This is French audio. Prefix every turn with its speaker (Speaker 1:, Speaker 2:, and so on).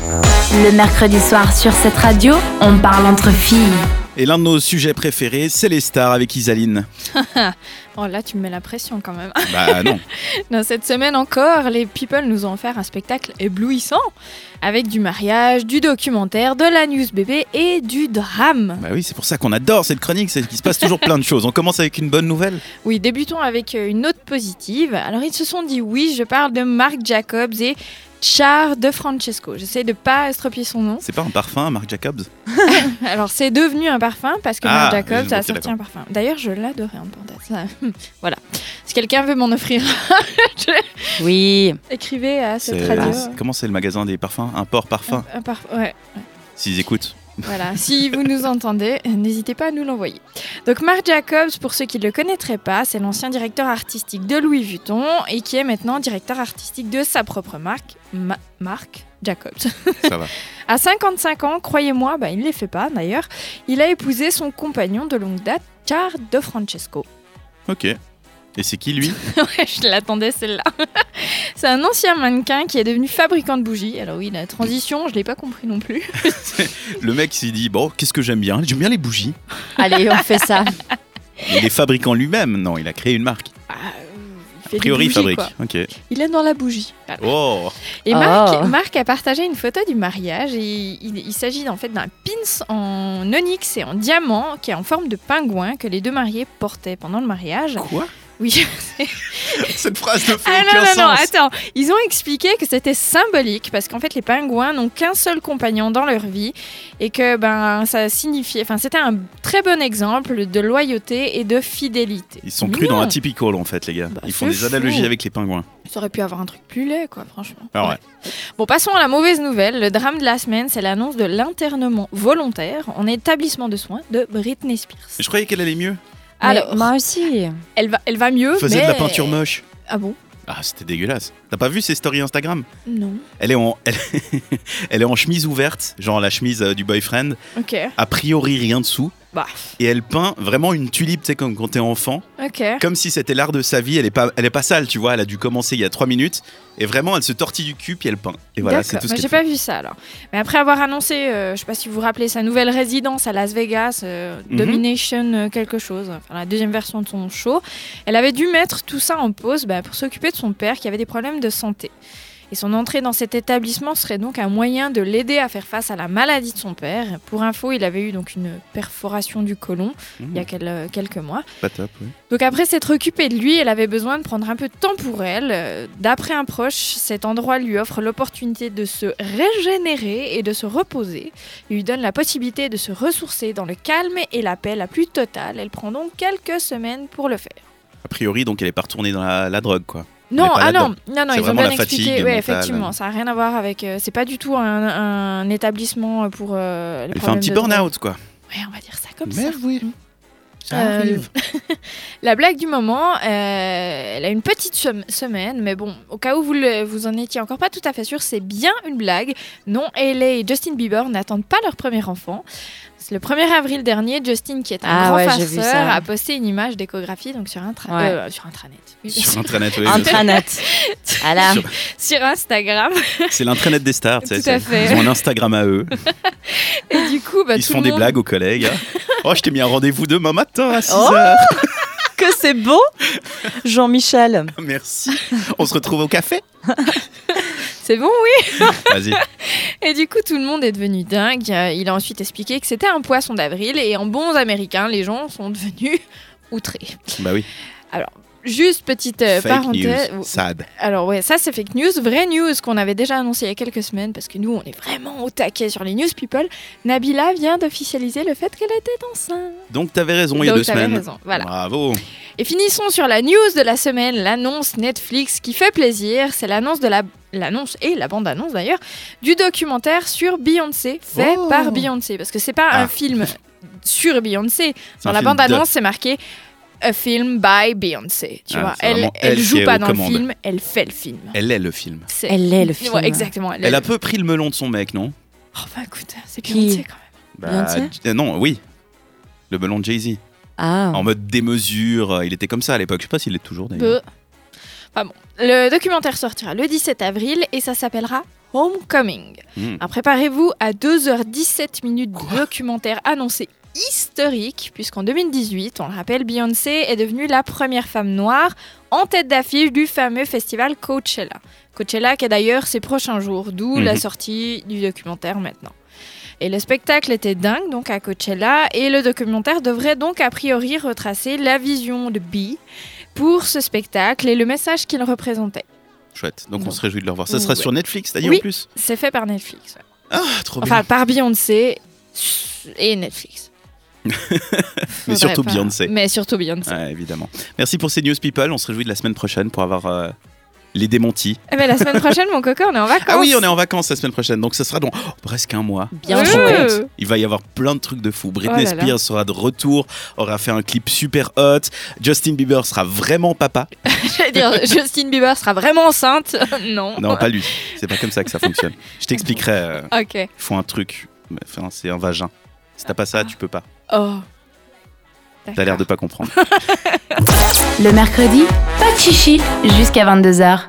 Speaker 1: Le mercredi soir sur cette radio, on parle entre filles.
Speaker 2: Et l'un de nos sujets préférés, c'est les stars avec Isaline.
Speaker 3: Oh là, tu me mets la pression quand même.
Speaker 2: Bah non.
Speaker 3: Dans cette semaine encore, les People nous ont offert un spectacle éblouissant avec du mariage, du documentaire, de la news bébé et du drame.
Speaker 2: Bah oui, c'est pour ça qu'on adore cette chronique, c'est qu'il se passe toujours plein de choses. On commence avec une bonne nouvelle.
Speaker 3: Oui, débutons avec euh, une note positive. Alors ils se sont dit oui, je parle de Marc Jacobs et Char de Francesco. J'essaie de pas estropier son nom.
Speaker 2: C'est pas un parfum, Marc Jacobs
Speaker 3: Alors c'est devenu un parfum parce que
Speaker 2: Ah, ok,
Speaker 3: Marc Jacobs a sorti
Speaker 2: d'accord.
Speaker 3: un parfum. D'ailleurs, je l'adorais en pandate. Ça, Voilà. Si quelqu'un veut m'en offrir,
Speaker 4: Oui.
Speaker 3: écrivez à cette
Speaker 2: C'est-
Speaker 3: radio.
Speaker 2: c'est- Comment c'est le magasin des parfums Un port parfum
Speaker 3: Un parfum. Ouais.
Speaker 2: S'ils écoutent.
Speaker 3: Voilà, si vous nous entendez, n'hésitez pas à nous l'envoyer. Donc Marc Jacobs, pour ceux qui ne le connaîtraient pas, c'est l'ancien directeur artistique de Louis Vuitton et qui est maintenant directeur artistique de sa propre marque, Ma- Marc Jacobs.
Speaker 2: Ça va.
Speaker 3: À 55 ans, croyez-moi, bah, il ne les fait pas d'ailleurs, il a épousé son compagnon de longue date, Charles de Francesco.
Speaker 2: Ok. Et c'est qui lui
Speaker 3: Ouais, je l'attendais celle-là. c'est un ancien mannequin qui est devenu fabricant de bougies. Alors oui, la transition, je ne l'ai pas compris non plus.
Speaker 2: Le mec s'est dit bon, qu'est-ce que j'aime bien J'aime bien les bougies.
Speaker 4: Allez, on fait ça.
Speaker 2: Il est fabricant lui-même. Non, il a créé une marque.
Speaker 3: Ah, il fait
Speaker 2: A
Speaker 3: des
Speaker 2: priori,
Speaker 3: bougies,
Speaker 2: fabrique.
Speaker 3: quoi.
Speaker 2: Ok.
Speaker 3: Il est dans la bougie. Voilà.
Speaker 2: Oh
Speaker 3: Et
Speaker 4: Oh.
Speaker 3: Marc, Marc a partagé une photo du mariage et il, il s'agit en fait d'un pins en onyx et en diamant qui est en forme de pingouin que les deux mariés portaient pendant le mariage.
Speaker 2: Quoi
Speaker 3: Oui.
Speaker 2: Cette phrase ne fait
Speaker 3: Ah non,
Speaker 2: aucun
Speaker 3: non, non,
Speaker 2: sens.
Speaker 3: attends. Ils ont expliqué que c'était symbolique parce qu'en fait les pingouins n'ont qu'un seul compagnon dans leur vie et que ben ça signifiait, enfin c'était un très bon exemple de loyauté et de fidélité.
Speaker 2: Ils sont crus dans
Speaker 3: Mignon.
Speaker 2: un typical en fait, les gars.
Speaker 3: Bah,
Speaker 2: Ils font
Speaker 3: c'est
Speaker 2: des analogies
Speaker 3: fou.
Speaker 2: avec les pingouins.
Speaker 3: Ça aurait pu avoir un truc plus laid quoi, franchement.
Speaker 2: Ah ouais.
Speaker 3: Bon, passons à la mauvaise nouvelle. Le drame de la semaine, c'est l'annonce de l'internement volontaire en établissement de soins de Britney Spears.
Speaker 2: Je croyais qu'elle allait mieux.
Speaker 3: Alors,
Speaker 4: Mais moi aussi.
Speaker 3: elle va, elle va mieux.
Speaker 2: Faisait de
Speaker 3: mais-
Speaker 2: la peinture moche.
Speaker 3: Ah bon
Speaker 2: Ah, c'était dégueulasse. T'as pas vu ses stories Instagram
Speaker 3: Non.
Speaker 2: Elle est en, elle, elle est en chemise ouverte, genre la chemise euh, du boyfriend.
Speaker 3: Ok.
Speaker 2: A priori rien dessous.
Speaker 3: Bah.
Speaker 2: Et elle peint vraiment une tulipe, tu sais, comme quand t'es enfant.
Speaker 3: Ok.
Speaker 2: Comme si c'était l'art de sa vie. Elle est pas, elle est pas sale, tu vois. Elle a dû commencer il y a trois minutes. Et vraiment, elle se tortille du cul puis elle peint. Et voilà, c'est
Speaker 3: D'accord.
Speaker 2: tout ce
Speaker 3: Bah,
Speaker 2: qu'elle
Speaker 3: J'ai
Speaker 2: fait.
Speaker 3: pas vu ça alors. Mais après avoir annoncé, euh, je sais pas si vous vous rappelez, sa nouvelle résidence à Las Vegas, euh,
Speaker 2: Mhm.
Speaker 3: Domination euh, quelque chose, enfin la deuxième version de son show, elle avait dû mettre tout ça en pause bah, pour s'occuper de son père qui avait des problèmes de santé. Et son entrée dans cet établissement serait donc un moyen de l'aider à faire face à la maladie de son père. Pour info, il avait eu donc une perforation du côlon il y a
Speaker 2: Mmh,
Speaker 3: quel- euh, quelques mois.
Speaker 2: Pas top, ouais.
Speaker 3: Donc après s'être occupée de lui, elle avait besoin de prendre un peu de temps pour elle. Euh, D'après un proche, cet endroit lui offre l'opportunité de se régénérer et de se reposer. Il lui donne la possibilité de se ressourcer dans le calme et la paix la plus totale. Elle prend donc quelques semaines pour le faire.
Speaker 2: A priori, donc, elle est pas retournée dans la, la drogue, quoi.
Speaker 3: Non,
Speaker 2: pas
Speaker 3: ah non,
Speaker 2: là-dedans.
Speaker 3: non, non,
Speaker 2: C'est
Speaker 3: ils ont
Speaker 2: vraiment
Speaker 3: bien
Speaker 2: la fatigue
Speaker 3: expliqué.
Speaker 2: mentale.
Speaker 3: Oui, effectivement, ça n'a rien à voir avec. euh, c'est pas du tout un, un établissement pour. euh, les
Speaker 2: Elle fait un
Speaker 3: problèmes
Speaker 2: petit
Speaker 3: de drogue.
Speaker 2: burn-out, quoi.
Speaker 3: Ouais, on va dire ça comme ça.
Speaker 2: Merde, oui. Ça
Speaker 3: Euh,
Speaker 2: arrive.
Speaker 3: La blague du moment, euh, elle a une petite sem- semaine, mais bon, au cas où vous, le- vous en étiez encore pas tout à fait sûr, c'est bien une blague. Non, elle et Justin Bieber n'attendent pas leur premier enfant. C'est Le 1er avril dernier, Justin, qui est un
Speaker 4: Ah
Speaker 3: grand
Speaker 4: ouais, j'ai vu
Speaker 3: farceur,
Speaker 4: ça.
Speaker 3: a posté une image d'échographie donc sur, intra
Speaker 4: Ouais.
Speaker 3: euh, sur intranet. Oui, bien
Speaker 2: Sur
Speaker 3: sûr.
Speaker 2: Intranet, oui. bien sûr.
Speaker 4: Intranet. À la...
Speaker 2: Sur-
Speaker 3: Sur Instagram.
Speaker 2: C'est l'intranet des stars, tu sais.
Speaker 3: Tout
Speaker 2: c'est-
Speaker 3: à fait.
Speaker 2: Ils ont un Instagram à eux.
Speaker 3: Et du coup, bah,
Speaker 2: Ils
Speaker 3: tout
Speaker 2: se font
Speaker 3: le
Speaker 2: des
Speaker 3: monde-
Speaker 2: blagues aux collègues. Oh, je t'ai mis un rendez-vous demain matin à 6
Speaker 4: Oh.
Speaker 2: heures.
Speaker 4: Que c'est beau, Jean-Michel.
Speaker 2: Merci. On se retrouve au café.
Speaker 3: C'est bon,
Speaker 2: Vas-y.
Speaker 3: Et du coup, tout le monde est devenu dingue. Euh, Il a ensuite expliqué que c'était un poisson d'avril et en bons américains, les gens sont devenus outrés.
Speaker 2: Bah oui.
Speaker 3: Juste petite euh,
Speaker 2: Fake
Speaker 3: parenthèse.
Speaker 2: news. Sad.
Speaker 3: Alors ouais, ça c'est fake news, vraie news qu'on avait déjà annoncé il y a quelques semaines parce que nous on est vraiment au taquet sur les news people. Nabila vient d'officialiser le fait qu'elle était enceinte.
Speaker 2: Donc t'avais raison il y a
Speaker 3: Donc,
Speaker 2: deux
Speaker 3: t'avais
Speaker 2: semaines.
Speaker 3: raison, voilà.
Speaker 2: Bravo.
Speaker 3: Et finissons sur la news de la semaine, l'annonce Netflix qui fait plaisir. C'est l'annonce de la l'annonce et la bande annonce d'ailleurs du documentaire sur Beyoncé fait
Speaker 2: Oh.
Speaker 3: par Beyoncé parce que c'est pas
Speaker 2: Ah.
Speaker 3: un film sur Beyoncé.
Speaker 2: C'est
Speaker 3: Dans
Speaker 2: un
Speaker 3: la
Speaker 2: film
Speaker 3: bande annonce c'est marqué a film by Beyoncé. Tu
Speaker 2: Ah,
Speaker 3: vois,
Speaker 2: c'est
Speaker 3: elle
Speaker 2: vraiment
Speaker 3: elle
Speaker 2: elle qui
Speaker 3: joue
Speaker 2: est
Speaker 3: pas
Speaker 2: aux
Speaker 3: dans le
Speaker 2: commandes.
Speaker 3: film, elle fait le film.
Speaker 2: de- Elle est le film.
Speaker 3: C'est-
Speaker 4: Elle est le
Speaker 3: Ouais,
Speaker 4: film.
Speaker 3: exactement.
Speaker 2: Elle a peu pris le melon de son mec, non
Speaker 3: Oh bah écoute, c'est
Speaker 4: Qui
Speaker 3: Beyoncé quand même.
Speaker 4: Beyoncé
Speaker 2: j- euh, non, oui. Le melon de Jay-Z.
Speaker 4: Ah.
Speaker 2: En mode démesure. euh, Il était comme ça à l'époque. Je sais pas
Speaker 3: Bah,
Speaker 2: s'il est toujours d'ailleurs.
Speaker 3: Peu. Enfin bon, le documentaire sortira le 17 avril et ça s'appellera Homecoming.
Speaker 2: Hmm.
Speaker 3: Alors, préparez-vous à 2h17 minutes de documentaire annoncé historique, puisqu'en 2018, on le rappelle, Beyoncé est devenue la première femme noire en tête d'affiche du fameux festival Coachella. Coachella qui est d'ailleurs ces prochains jours, d'où la
Speaker 2: Mhm.
Speaker 3: sortie du documentaire maintenant. Et le spectacle était dingue donc à Coachella et le documentaire devrait donc a priori retracer la vision de Bee pour ce spectacle et le message qu'il représentait.
Speaker 2: Chouette. Donc on
Speaker 3: Bon.
Speaker 2: se réjouit de le revoir. Ça sera
Speaker 3: Ouais.
Speaker 2: sur Netflix, t'as dit
Speaker 3: Oui.
Speaker 2: en plus
Speaker 3: C'est fait par Netflix. ouais.
Speaker 2: Ah, trop bien.
Speaker 3: Enfin, par Beyoncé et Netflix.
Speaker 2: Mais
Speaker 3: Faudrait
Speaker 2: surtout
Speaker 3: pas-
Speaker 2: Beyoncé.
Speaker 3: Mais surtout Beyoncé.
Speaker 2: Ouais, évidemment. Merci pour ces news, people. On se réjouit de la semaine prochaine pour avoir euh, les démentis.
Speaker 3: Eh ben, la semaine prochaine, mon coco, on est en vacances.
Speaker 2: Ah oui, on est en vacances la semaine prochaine, donc ça sera dans oh, presque un mois.
Speaker 4: Bien
Speaker 2: Tu te
Speaker 3: sûr.
Speaker 2: rends
Speaker 4: joué.
Speaker 2: compte Il va y avoir plein de trucs de fou. Britney
Speaker 3: Oh là là.
Speaker 2: Spears sera de retour, aura fait un clip super hot. Justin Bieber sera vraiment papa.
Speaker 3: J'allais dire, Justin Bieber sera vraiment enceinte. non.
Speaker 2: Non, pas lui. C'est pas comme ça que ça fonctionne. Je t'expliquerai. euh,
Speaker 3: Ok.
Speaker 2: Ils font un truc. Mais, Enfin, c'est un vagin. Si t'as pas ça, tu peux pas.
Speaker 3: Oh.
Speaker 2: T'as l'air de pas comprendre.
Speaker 1: Le mercredi, pas de chichi jusqu'à 22h.